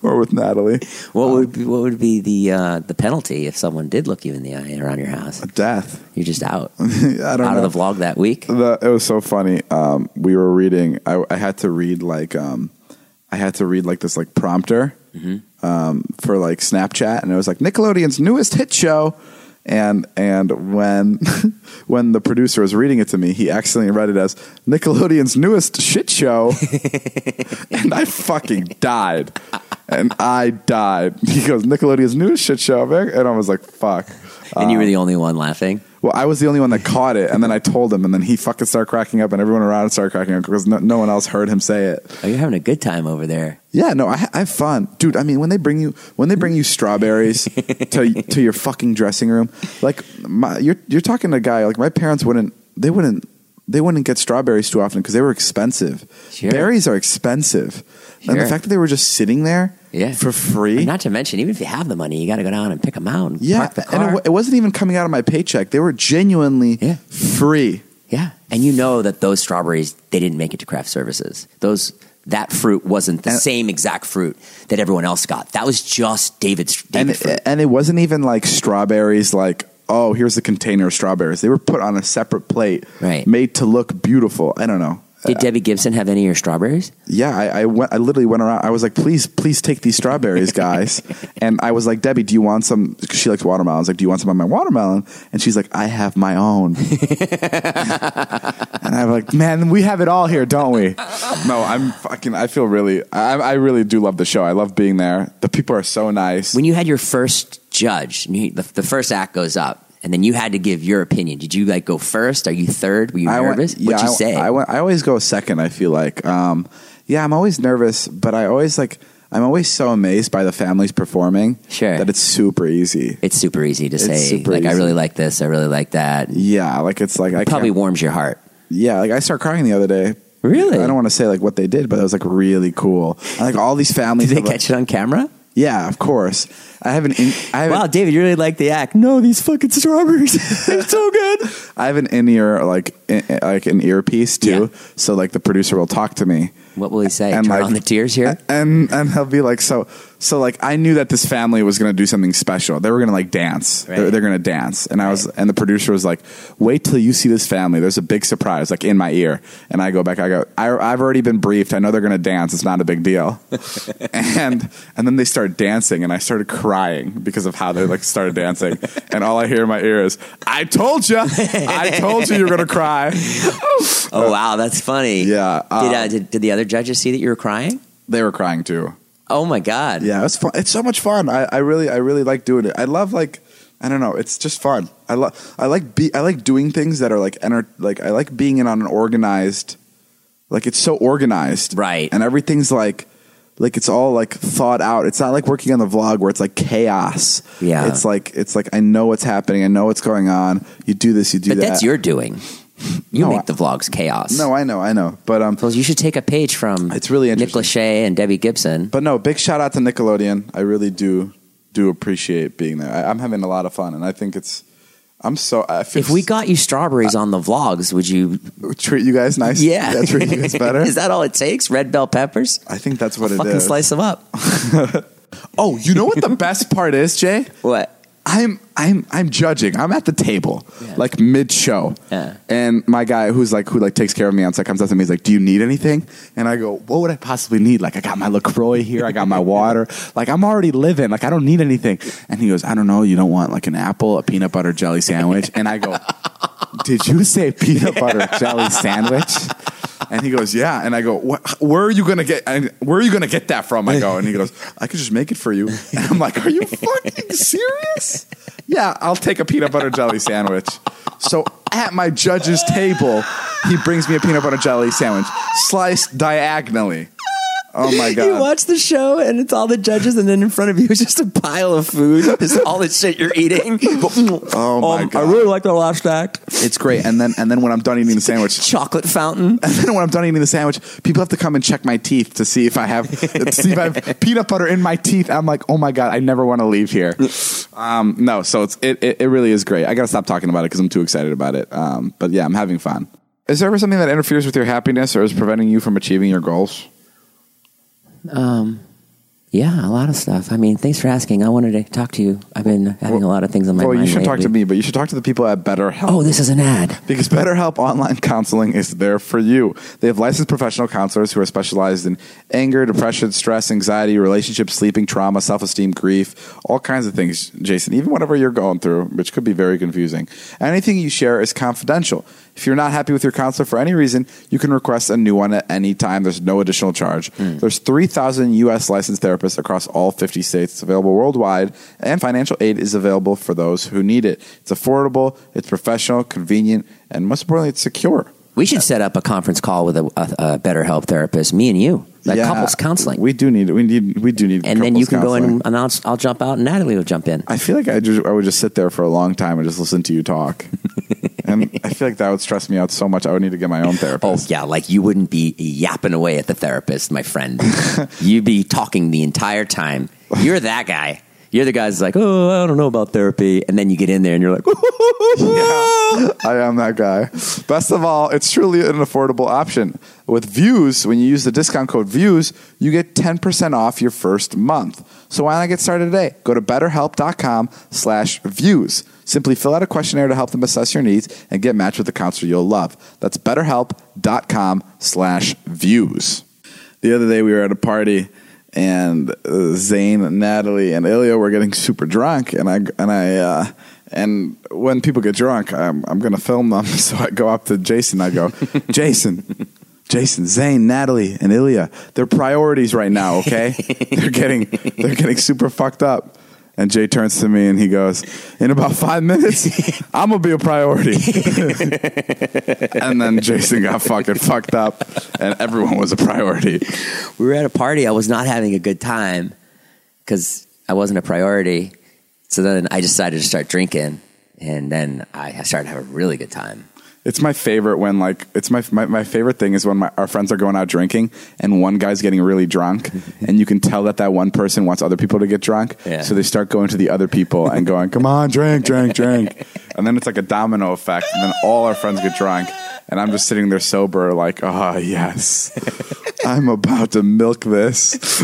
Speaker 2: Or with Natalie,
Speaker 3: What would be, what would be the uh, the penalty if someone did look you in the eye around your house?
Speaker 2: death.
Speaker 3: You're just out
Speaker 2: I don't know.
Speaker 3: out of the vlog that week.
Speaker 2: the it was so funny. Um, we were reading. I, I had to read like um, I had to read like this like prompter um, for like Snapchat, and it was like Nickelodeon's newest hit show. And and when when the producer was reading it to me, he accidentally read it as Nickelodeon's newest shit show, and I fucking died, and I died. He goes Nickelodeon's newest shit show, and I was like, fuck.
Speaker 3: And you were the only one laughing.
Speaker 2: Well, I was the only one that caught it, and then I told him, and then he fucking started cracking up, and everyone around started cracking up because no, no one else heard him say it.
Speaker 3: Oh, you're having a good time over there.
Speaker 2: Yeah, no, I, I have fun, dude. I mean, when they bring you when they bring you strawberries to to your fucking dressing room, like my, you're you're talking to a guy like my parents wouldn't they wouldn't they wouldn't get strawberries too often because they were expensive.
Speaker 3: Sure.
Speaker 2: Berries are expensive, and the
Speaker 3: Sure.
Speaker 2: fact that they were just sitting there
Speaker 3: Yeah.
Speaker 2: for free.
Speaker 3: And not to mention, even if you have the money, you got to go down and pick them out and
Speaker 2: yeah,
Speaker 3: park the car.
Speaker 2: and it, wa- it wasn't even coming out of my paycheck. They were genuinely
Speaker 3: Yeah.
Speaker 2: free.
Speaker 3: yeah. And you know that those strawberries, they didn't make it to craft services. Those that fruit wasn't the
Speaker 2: And-
Speaker 3: same exact fruit that everyone else got. That was just David's David
Speaker 2: and
Speaker 3: fruit.
Speaker 2: it, and it wasn't even like strawberries like oh here's the container of strawberries they were put on a separate plate
Speaker 3: Right.
Speaker 2: made to look beautiful i don't know
Speaker 3: Did Debbie Gibson have any of your strawberries?
Speaker 2: yeah I, I went i literally went around i was like please please take these strawberries guys and i was like debbie do you want some 'cause she likes watermelon i was like do you want some of my watermelon and she's like i have my own and i'm like man we have it all here don't we no i'm fucking i feel really I, I really do love the show i love being there the people are so nice
Speaker 3: When you had your first judge, and you, the, the first act goes up, and then you had to give your opinion. Did you like go first? Are you third? Were you nervous?
Speaker 2: Went, yeah,
Speaker 3: What'd you
Speaker 2: I,
Speaker 3: say?
Speaker 2: I, went, I always go second. I feel like, um, yeah, I'm always nervous, but I always like. I'm always so amazed by the families performing.
Speaker 3: Sure.
Speaker 2: that it's super easy.
Speaker 3: it's super easy to say.
Speaker 2: super
Speaker 3: Like I
Speaker 2: easy.
Speaker 3: really like this. I really like that.
Speaker 2: Yeah, like it's like I
Speaker 3: Probably
Speaker 2: can't-
Speaker 3: warms your heart.
Speaker 2: yeah, like I started crying the other day.
Speaker 3: Really?
Speaker 2: I don't want to say like what they did, but it was like really cool. And, like all these families.
Speaker 3: Did they
Speaker 2: have, like-
Speaker 3: catch it on camera?
Speaker 2: yeah, of course. I have an in, I have
Speaker 3: Wow,
Speaker 2: an,
Speaker 3: David, you really like the act. No, these fucking strawberries. They're so good.
Speaker 2: I have an in ear like in, like an earpiece too.
Speaker 3: Yeah.
Speaker 2: So like the producer will talk to me.
Speaker 3: What will he say?
Speaker 2: And,
Speaker 3: Turn
Speaker 2: like-
Speaker 3: on the tears here.
Speaker 2: and and he'll be like so so like i knew that this family was going to do something special they were going to like dance
Speaker 3: Right.
Speaker 2: they're, they're going to dance and i was
Speaker 3: Right.
Speaker 2: and the producer was like wait till you see this family there's a big surprise like in my ear and i go back i go I, i've already been briefed i know they're going to dance it's not a big deal and and then they start dancing and i started crying because of how they like started dancing and all i hear in my ear is i told you i told you you were going to cry
Speaker 3: oh wow, that's funny.
Speaker 2: Yeah,
Speaker 3: did,
Speaker 2: uh,
Speaker 3: uh, did did the other judges see that you were crying?
Speaker 2: they were crying too
Speaker 3: Oh my god.
Speaker 2: Yeah, it's fun. It's so much fun. I, I really I really like doing it. I love like I don't know. It's just fun. I love I like be I like doing things that are like enter like I like being in on an organized like it's so organized.
Speaker 3: Right.
Speaker 2: And everything's like like it's all like thought out. It's not like working on the vlog where it's like chaos.
Speaker 3: Yeah.
Speaker 2: It's like it's like I know what's happening. I know what's going on. You do this, you do
Speaker 3: But
Speaker 2: that.
Speaker 3: that's your doing. You
Speaker 2: No,
Speaker 3: make
Speaker 2: I-
Speaker 3: the vlogs chaos.
Speaker 2: No, I know, I know. But um
Speaker 3: Well, you should take a page from
Speaker 2: It's really
Speaker 3: Nick
Speaker 2: interesting.
Speaker 3: Lachey and Debbie Gibson.
Speaker 2: But no, big shout out to Nickelodeon. I really do do appreciate being there. I, I'm having a lot of fun, and I think it's. I'm so. I feel
Speaker 3: If we got you strawberries on the vlogs, would you?
Speaker 2: treat you guys nice,
Speaker 3: Yeah,
Speaker 2: treat you guys better.
Speaker 3: is that all it takes? Red bell peppers.
Speaker 2: I think that's what it
Speaker 3: Fucking
Speaker 2: is.
Speaker 3: slice them up.
Speaker 2: Oh, you know what the best part is, Jay?
Speaker 3: What?
Speaker 2: I'm I'm I'm judging. I'm at the table,
Speaker 3: Yeah.
Speaker 2: like mid show,
Speaker 3: Yeah.
Speaker 2: and my guy who's like who like takes care of me on set comes up to me. He's like, "Do you need anything?" And I go, "What would I possibly need? Like, I got my Lacroix here. I got my water. Like, I'm already living. Like, I don't need anything." And he goes, "I don't know. You don't want like an apple, a peanut butter jelly sandwich?" And I go, "Did you say peanut butter jelly sandwich?" And he goes, yeah. And I go, "Wh- where are you gonna get? I- Where are you gonna get that from? I go, and he goes, I could just make it for you. And I'm like, are you fucking serious? Yeah, I'll take a peanut butter jelly sandwich. So at my judge's table, he brings me a peanut butter jelly sandwich, sliced diagonally. Oh my
Speaker 3: You
Speaker 2: god!
Speaker 3: watch the show and it's all the judges, and then in front of you is just a pile of food. It's all the shit you're eating. Um,
Speaker 2: Oh my
Speaker 3: I
Speaker 2: God.
Speaker 3: really like the last act.
Speaker 2: It's great. And then and then when I'm done eating the sandwich,
Speaker 3: Chocolate fountain.
Speaker 2: and then when I'm done eating the sandwich, people have to come and check my teeth to see if I have to see if I have peanut butter in my teeth. I'm like, oh my god, I never want to leave here. Um, no, so it's it, it it really is great. I gotta stop talking about it because I'm too excited about it. Um, but yeah, I'm having fun. Is there ever something that interferes with your happiness or is preventing you from achieving your goals?
Speaker 3: Um, yeah, a lot of stuff. I mean, thanks for asking. I wanted to talk to you. I've been having a lot of things on my
Speaker 2: well,
Speaker 3: mind.
Speaker 2: you should talk
Speaker 3: lately.
Speaker 2: to me, but you should talk to the people at BetterHelp.
Speaker 3: Oh, this is an ad.
Speaker 2: Because BetterHelp Online Counseling is there for you. They have licensed professional counselors who are specialized in anger, depression, stress, anxiety, relationships, sleeping, trauma, self esteem, grief, all kinds of things, Jason, even whatever you're going through, which could be very confusing. Anything you share is confidential. If you're not happy with your counselor for any reason,
Speaker 3: Hmm.
Speaker 2: you can request a new one at any time. There's no additional charge. There's 3,000 U.S. licensed therapists purpose across all 50 states. It's available worldwide, and financial aid is available for those who need it. It's affordable, it's professional, convenient, and most importantly, it's secure.
Speaker 3: We should set up a conference call with a, a, a BetterHelp therapist, me and you, like couples counseling.
Speaker 2: We do need we need we do need
Speaker 3: and then you
Speaker 2: couples
Speaker 3: can go in
Speaker 2: counseling.
Speaker 3: and announce, I'll jump out and Natalie will jump in.
Speaker 2: I feel like I just I would just sit there for a long time and just listen to you talk. and I feel like that would stress me out so much. I would need to get my own
Speaker 3: Oh,
Speaker 2: therapist.
Speaker 3: yeah, like you wouldn't be yapping away at the therapist, my friend. You'd be talking the entire time. You're that guy. You're the guy that's like, oh, I don't know about therapy. And then you get in there and you're like,
Speaker 2: I am that guy. Best of all, it's truly an affordable option. With Views, when you use the discount code Views, you get 10% off your first month. So why not get started today? Go to betterhelp.com slash views. Simply fill out a questionnaire to help them assess your needs and get matched with a counselor you'll love. That's betterhelp.com slash views. The other day we were at a party and uh, Zane, Natalie, and Ilya were getting super drunk, and I and I uh, and when people get drunk, I'm I'm gonna film them. So I go up to Jason. I go, Jason. Jason, Zane, Natalie, and Ilya, they're priorities right now, okay? they're getting they're getting super fucked up. And Jay turns to me and he goes, In about five minutes, I'm gonna be a priority. and then Jason got fucking fucked up and everyone was a priority.
Speaker 3: we were at a party. I was not having a good time because I wasn't a priority. So then I decided to start drinking. And then I started having a really good time.
Speaker 2: It's my favorite when like it's my my, my favorite thing is when my, our friends are going out drinking and one guy's getting really drunk and you can tell that that one person wants other people to get drunk
Speaker 3: Yeah.
Speaker 2: so they start going to the other people and going come on drink drink drink and then it's like a domino effect and then all our friends get drunk and I'm just sitting there sober like ah yes I'm about to milk this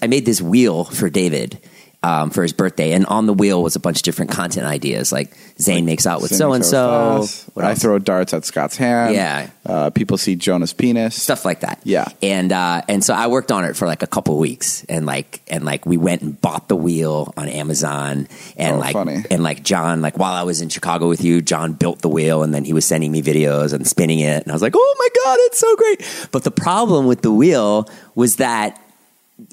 Speaker 3: I made this wheel for David um, for his birthday, and on the wheel was a bunch of different content ideas, like Zane makes out with so and so,
Speaker 2: I throw darts at Scott's hand
Speaker 3: Yeah.
Speaker 2: uh, people see Jonah's penis
Speaker 3: stuff like that.
Speaker 2: Yeah.
Speaker 3: and uh, and so I worked on it for like a couple weeks, and like and like we went and bought the wheel on Amazon, and
Speaker 2: Oh,
Speaker 3: like
Speaker 2: funny.
Speaker 3: and like John, like while I was in Chicago with you, John built the wheel, and then he was sending me videos and spinning it, and I was like, oh my god, it's so great. But the problem with the wheel was that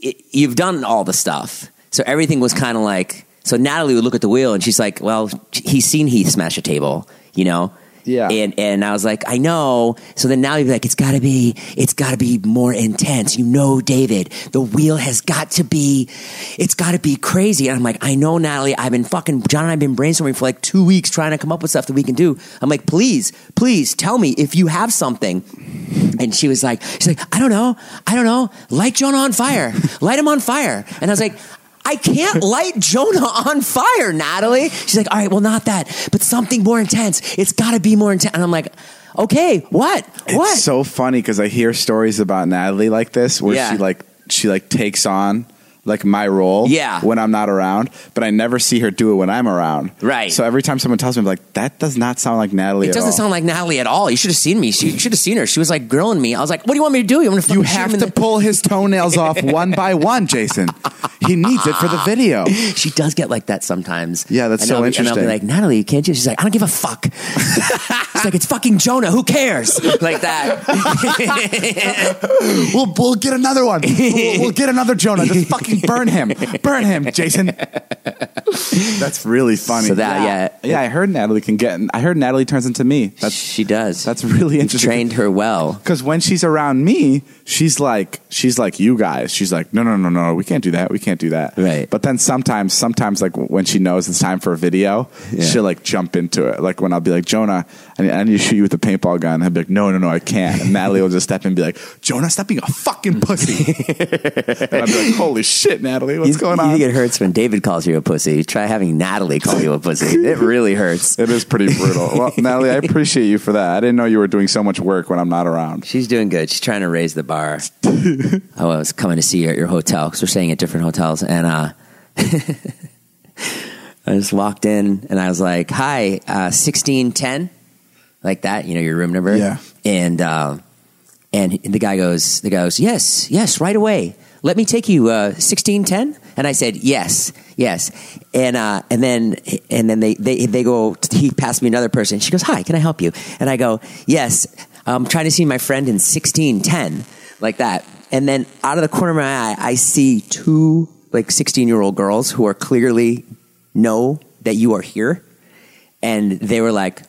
Speaker 3: it, you've done all the stuff. So everything was kind of like, so Natalie would look at the wheel and she's like, well, he's seen Heath smash a table, you know?
Speaker 2: Yeah.
Speaker 3: And, and I was like, I know. So then now you'd be like, it's gotta be, it's gotta be more intense. You know, David, the wheel has got to be, it's gotta be crazy. And I'm like, I know, Natalie, I've been fucking, John and I've been brainstorming for like two weeks trying to come up with stuff that we can do. I'm like, please, please tell me if you have something. And she was like, she's like, I don't know, I don't know. Light Jonah on fire, light him on fire. And I was like, I can't light Jonah on fire, Natalie. She's like, all right, well, not that, but something more intense. It's got to be more intense. And I'm like, okay, what, what?
Speaker 2: It's so funny because I hear stories about Natalie like this, where
Speaker 3: Yeah.
Speaker 2: she like she like takes on like my role,
Speaker 3: Yeah.
Speaker 2: when I'm not around. But I never see her do it when I'm around,
Speaker 3: Right.
Speaker 2: So every time someone tells me, I'm like, that does not sound like Natalie.
Speaker 3: it
Speaker 2: at
Speaker 3: doesn't
Speaker 2: all.
Speaker 3: sound like Natalie at all. You should have seen me. She, you should have seen her. She was like grilling me. I was like, what do you want me to do? You, want me to
Speaker 2: You
Speaker 3: fucking shoot
Speaker 2: have
Speaker 3: him in
Speaker 2: to
Speaker 3: the-
Speaker 2: pull his toenails off one by one, Jason. He needs it for the video.
Speaker 3: She does get like that sometimes.
Speaker 2: Yeah, that's
Speaker 3: and
Speaker 2: so
Speaker 3: I'll be, And I'll
Speaker 2: interesting.
Speaker 3: be like, Natalie, you can't do. She's like, I don't give a fuck. She's like, it's fucking Jonah. Who cares? Like that.
Speaker 2: We'll, we'll get another one. We'll, we'll get another Jonah. Just fucking burn him. Burn him, Jason. That's really funny.
Speaker 3: So that-
Speaker 2: yeah. I heard Natalie can get. I heard Natalie turns into me. That's
Speaker 3: she does.
Speaker 2: That's really
Speaker 3: You've
Speaker 2: interesting.
Speaker 3: Trained her well.
Speaker 2: Because when she's around me, she's like, she's like you guys. She's like, no, no, no, no, we can't do that. We can't do that.
Speaker 3: Right.
Speaker 2: But then sometimes, sometimes like when she knows it's time for a video,
Speaker 3: Yeah.
Speaker 2: she'll like jump into it. Like when I'll be like, Jonah, I need, I need to shoot you with a paintball gun. I'll be like, no, no, no, I can't. And Natalie will just step in and be like, Jonah, stop being a fucking pussy. and I'll be like, holy shit, Natalie, what's
Speaker 3: You-
Speaker 2: going
Speaker 3: You
Speaker 2: on?
Speaker 3: think it hurts when David calls you a pussy? Try having Natalie call you a pussy. It really hurts.
Speaker 2: it is pretty brutal. Well, Natalie, I appreciate you for that. I didn't know you were doing so much work when I'm not around.
Speaker 3: She's doing good. She's trying to raise the bar. Oh, I was coming to see her at your hotel because we're staying at different hotels, and uh, I just walked in and I was like, "Hi, uh, sixteen ten, like that." You know your room number.
Speaker 2: Yeah.
Speaker 3: And uh, and the guy goes, the guy goes, "Yes, yes, right away. Let me take you uh, sixteen ten. And I said, "Yes, yes." And uh, and then and then they they they go. He passed me another person. She goes, "Hi, can I help you?" And I go, "Yes, I'm trying to see my friend in sixteen ten, like that." And then out of the corner of my eye, I see two like 16 year old girls who are clearly know that you are here. And they were like,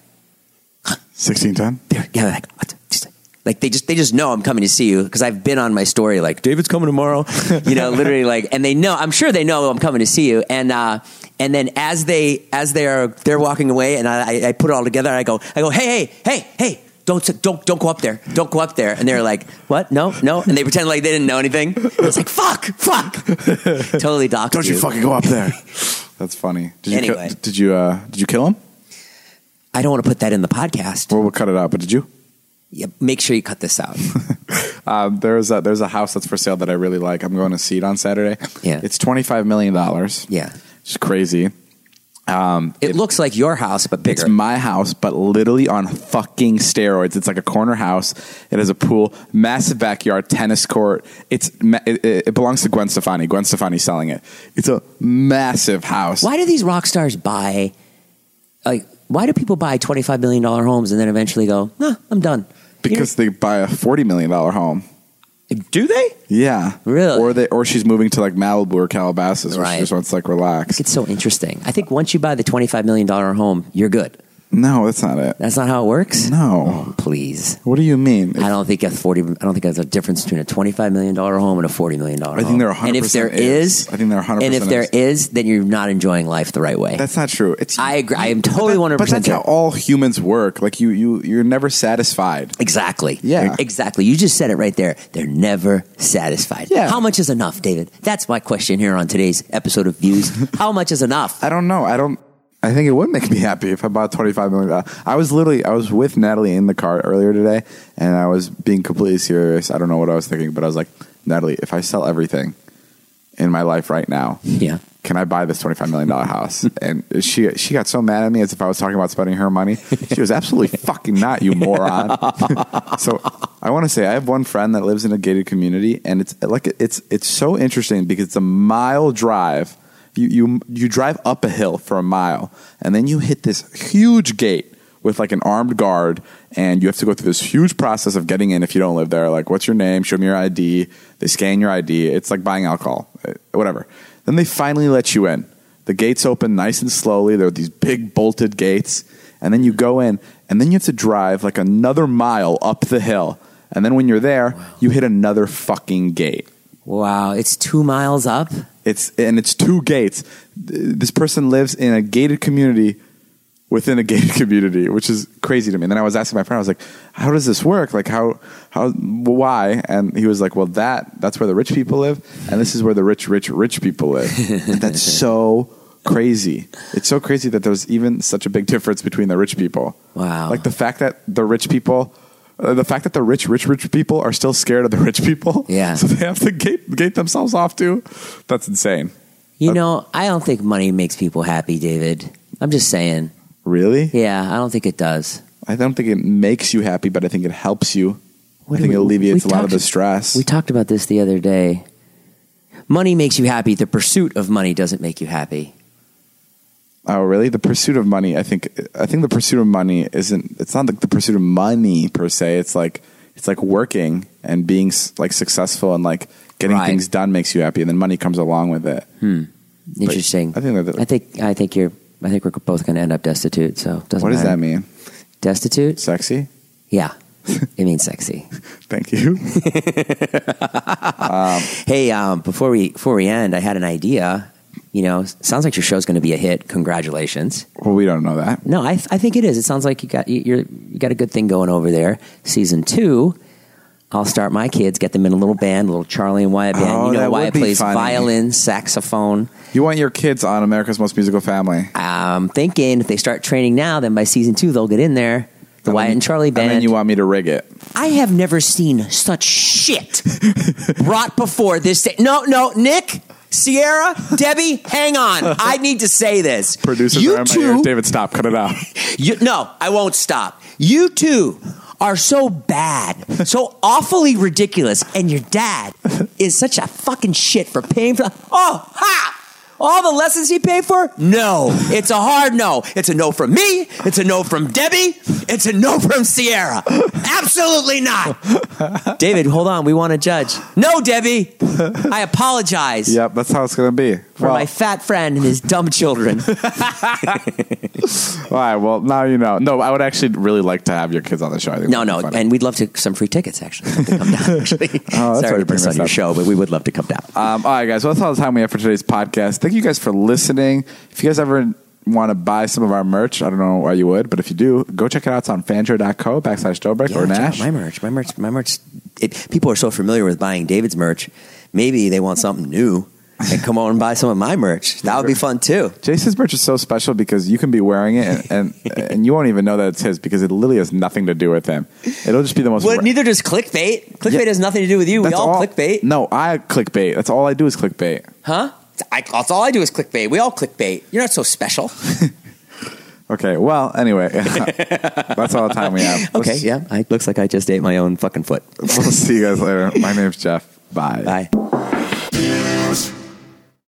Speaker 2: Sixteen ten.
Speaker 3: they're, yeah, they're like, what? Just like- like they just they just know I'm coming to see you because I've been on my story like David's coming tomorrow, you know, literally like, and they know I'm sure they know I'm coming to see you, and uh, and then as they as they are they're walking away, and I, I- I put it all together, I go I go hey hey hey hey. Don't don't don't go up there. Don't go up there. And they're like, "What? No, no." And they pretend like they didn't know anything. And it's like, "Fuck, fuck." totally docked.
Speaker 2: Don't you fucking go up there. That's funny. Did you
Speaker 3: Anyway.
Speaker 2: ki- did you uh, did you kill him?
Speaker 3: I don't want to put that in the podcast.
Speaker 2: Well, we'll cut it out. But did you?
Speaker 3: Yeah, make sure you cut this out.
Speaker 2: Um, there's a there's a house that's for sale that I really like. I'm going to see it on Saturday.
Speaker 3: Yeah.
Speaker 2: it's twenty five million dollars.
Speaker 3: Yeah.
Speaker 2: it's crazy.
Speaker 3: It, looks like your house, but bigger.
Speaker 2: It's my house, but literally on fucking steroids. It's like a corner house. It has a pool, massive backyard, tennis court. It's ma- it, it it belongs to Gwen Stefani. Gwen Stefani's selling it. It's a massive house.
Speaker 3: Why do these rock stars buy? Like, why do people buy twenty five million dollar homes and then eventually go, "Nah, I'm done."
Speaker 2: Because they buy a forty million dollar home.
Speaker 3: do they?
Speaker 2: Yeah,
Speaker 3: Really?
Speaker 2: Or they or she's moving to like Malibu or Calabasas, where
Speaker 3: Right.
Speaker 2: she just wants to like relax.
Speaker 3: It's so interesting. I think once you buy the twenty five million dollar home, you're good.
Speaker 2: No, that's not it.
Speaker 3: That's not how it works.
Speaker 2: No.
Speaker 3: Oh, please.
Speaker 2: What do you mean?
Speaker 3: I don't think a forty. I don't think there's a difference between a twenty five million dollar home and a forty million dollar.
Speaker 2: I think there 100%
Speaker 3: And if there
Speaker 2: is.
Speaker 3: is,
Speaker 2: I think there 100%
Speaker 3: And if there is, then you're not enjoying life the right way.
Speaker 2: That's not true. It's
Speaker 3: I agree. I am totally
Speaker 2: But
Speaker 3: one
Speaker 2: that-
Speaker 3: hundred
Speaker 2: But that's
Speaker 3: percent.
Speaker 2: how all humans work. Like you, you, you're never satisfied.
Speaker 3: Exactly.
Speaker 2: Yeah.
Speaker 3: Exactly. You just said it right there. They're never satisfied.
Speaker 2: Yeah.
Speaker 3: How much is enough, David? That's my question here on today's episode of Views. How much is enough?
Speaker 2: I don't know. I don't. I think it would make me happy if I bought twenty five million. dollars. I was literally I was with Natalie in the car earlier today, and I was being completely serious. I don't know what I was thinking, but I was like, Natalie, if I sell everything in my life right now,
Speaker 3: Yeah.
Speaker 2: can I buy this twenty five million dollar house? and she she got so mad at me as if I was talking about spending her money. She was absolutely fucking not, you moron. so I want to say I have one friend that lives in a gated community, and it's like it's it's so interesting because it's a mile drive. You you you drive up a hill for a mile, and then you hit this huge gate with like an armed guard and you have to go through this huge process of getting in if you don't live there like what's your name show me your id they scan your id it's like buying alcohol eh, whatever then they finally let you in the gates open nice and slowly there are these big bolted gates and then you go in and then you have to drive like another mile up the hill and then when you're there you hit another fucking gate
Speaker 3: Wow. It's two miles up.
Speaker 2: it's and it's two gates. Th- This person lives in a gated community within a gated community, which is crazy to me. And then I was asking my friend, I was like, "How does this work? Like, how how why?" And he was like, "Well, that that's where the rich people live, and this is where the rich, rich, rich people live." and that's so crazy. It's so crazy that there's even such a big difference between the rich people.
Speaker 3: Wow.
Speaker 2: Like the fact that the rich people. Uh, the fact that the rich, rich, rich people are still scared of the rich people,
Speaker 3: Yeah.
Speaker 2: So they have to gate, gate themselves off too. That's insane.
Speaker 3: You know, I don't think money makes people happy, David. I'm just saying.
Speaker 2: Really?
Speaker 3: Yeah, I don't think it does.
Speaker 2: I don't think it makes you happy, but I think it helps you.
Speaker 3: What
Speaker 2: I
Speaker 3: do
Speaker 2: think
Speaker 3: we-
Speaker 2: it alleviates
Speaker 3: we
Speaker 2: a lot of
Speaker 3: talked-
Speaker 2: the stress.
Speaker 3: We talked about this the other day. Money makes you happy. The pursuit of money doesn't make you happy.
Speaker 2: oh, really? The pursuit of money. I think. I think the pursuit of money isn't. It's not like the pursuit of money per se. It's like it's like working and being s- like successful and like getting
Speaker 3: Right.
Speaker 2: things done makes you happy, and then money comes along with it.
Speaker 3: Interesting.
Speaker 2: I think that-
Speaker 3: I think I think you're I think we're both going to end up destitute. So it doesn't
Speaker 2: what does
Speaker 3: matter.
Speaker 2: that mean?
Speaker 3: Destitute?
Speaker 2: Sexy.
Speaker 3: Yeah. it means sexy.
Speaker 2: Thank you.
Speaker 3: Hey, um, before we before we end, I had an idea. You know, s- sounds like your show's going to be a hit. Congratulations.
Speaker 2: well, we don't know that.
Speaker 3: No, I, I think it is. It sounds like you got you- you're, you got a good thing going over there. Season two, I'll start my kids, get them in a little band, a little Charlie and Wyatt band.
Speaker 2: Oh,
Speaker 3: you know,
Speaker 2: that
Speaker 3: Wyatt
Speaker 2: would be
Speaker 3: plays
Speaker 2: funny.
Speaker 3: violin, saxophone.
Speaker 2: You want your kids on America's Most Musical Family.
Speaker 3: I'm thinking if they start training now, then by season two they'll get in there. The Wyatt and Charlie band.
Speaker 2: And then you want me to rig it.
Speaker 3: I have never seen such shit brought before this. Day. No, no, Nick, Sierra, Debbie, hang on. I need to say this.
Speaker 2: Producers
Speaker 3: you
Speaker 2: are in my ear.
Speaker 3: two,
Speaker 2: David, stop. Cut it out.
Speaker 3: you, no, I won't stop. You two are so bad, so awfully ridiculous, and your dad is such a fucking shit for paying for. Oh, ha! All the lessons he paid for? No. It's a hard no. It's a no from me. It's a no from Debbie. It's a no from Sierra. Absolutely not. David, hold on. We want to judge. No, Debbie. I apologize
Speaker 2: Yep, that's how it's gonna be.
Speaker 3: for
Speaker 2: Well,
Speaker 3: my fat friend and his dumb children.
Speaker 2: all right. Well, now you know. No, I would actually really like to have your kids on the show. I think
Speaker 3: No,
Speaker 2: that'd be
Speaker 3: no,
Speaker 2: funny. Oh,
Speaker 3: and we'd love to some free tickets actually to come down. Actually, sorry
Speaker 2: already bring
Speaker 3: to piss on
Speaker 2: this
Speaker 3: your
Speaker 2: up.
Speaker 3: show, but we would love to come down.
Speaker 2: Um, all right, guys. Well, that's all the time we have for today's podcast. Thank you guys for listening. If you guys ever want to buy some of our merch, I don't know why you would, but if you do, go check it out. It's on fanjo.co backslash Dobrik
Speaker 3: Yeah,
Speaker 2: or
Speaker 3: check out
Speaker 2: Nash.
Speaker 3: My merch, my merch, my merch. It, people are so familiar with buying David's merch. Maybe they want something new and come on and buy some of my merch. That would be fun too.
Speaker 2: Jason's merch is so special because you can be wearing it and, and, and you won't even know that it's his because it literally has nothing to do with him. It'll just be the most.
Speaker 3: Well, neither does clickbait. Clickbait
Speaker 2: Yeah.
Speaker 3: has nothing to do with you. We
Speaker 2: That's Mm.
Speaker 3: all, clickbait,
Speaker 2: No, I clickbait. That's all I do is clickbait.
Speaker 3: huh? I, that's all I do is clickbait. We all clickbait. You're not so special.
Speaker 2: Okay. Well, anyway, that's all the time we have. We'll
Speaker 3: Okay,
Speaker 2: s-
Speaker 3: yeah. I, looks like I just ate my own fucking foot.
Speaker 2: We'll see you guys later. My name's Jeff. Bye.
Speaker 3: Bye.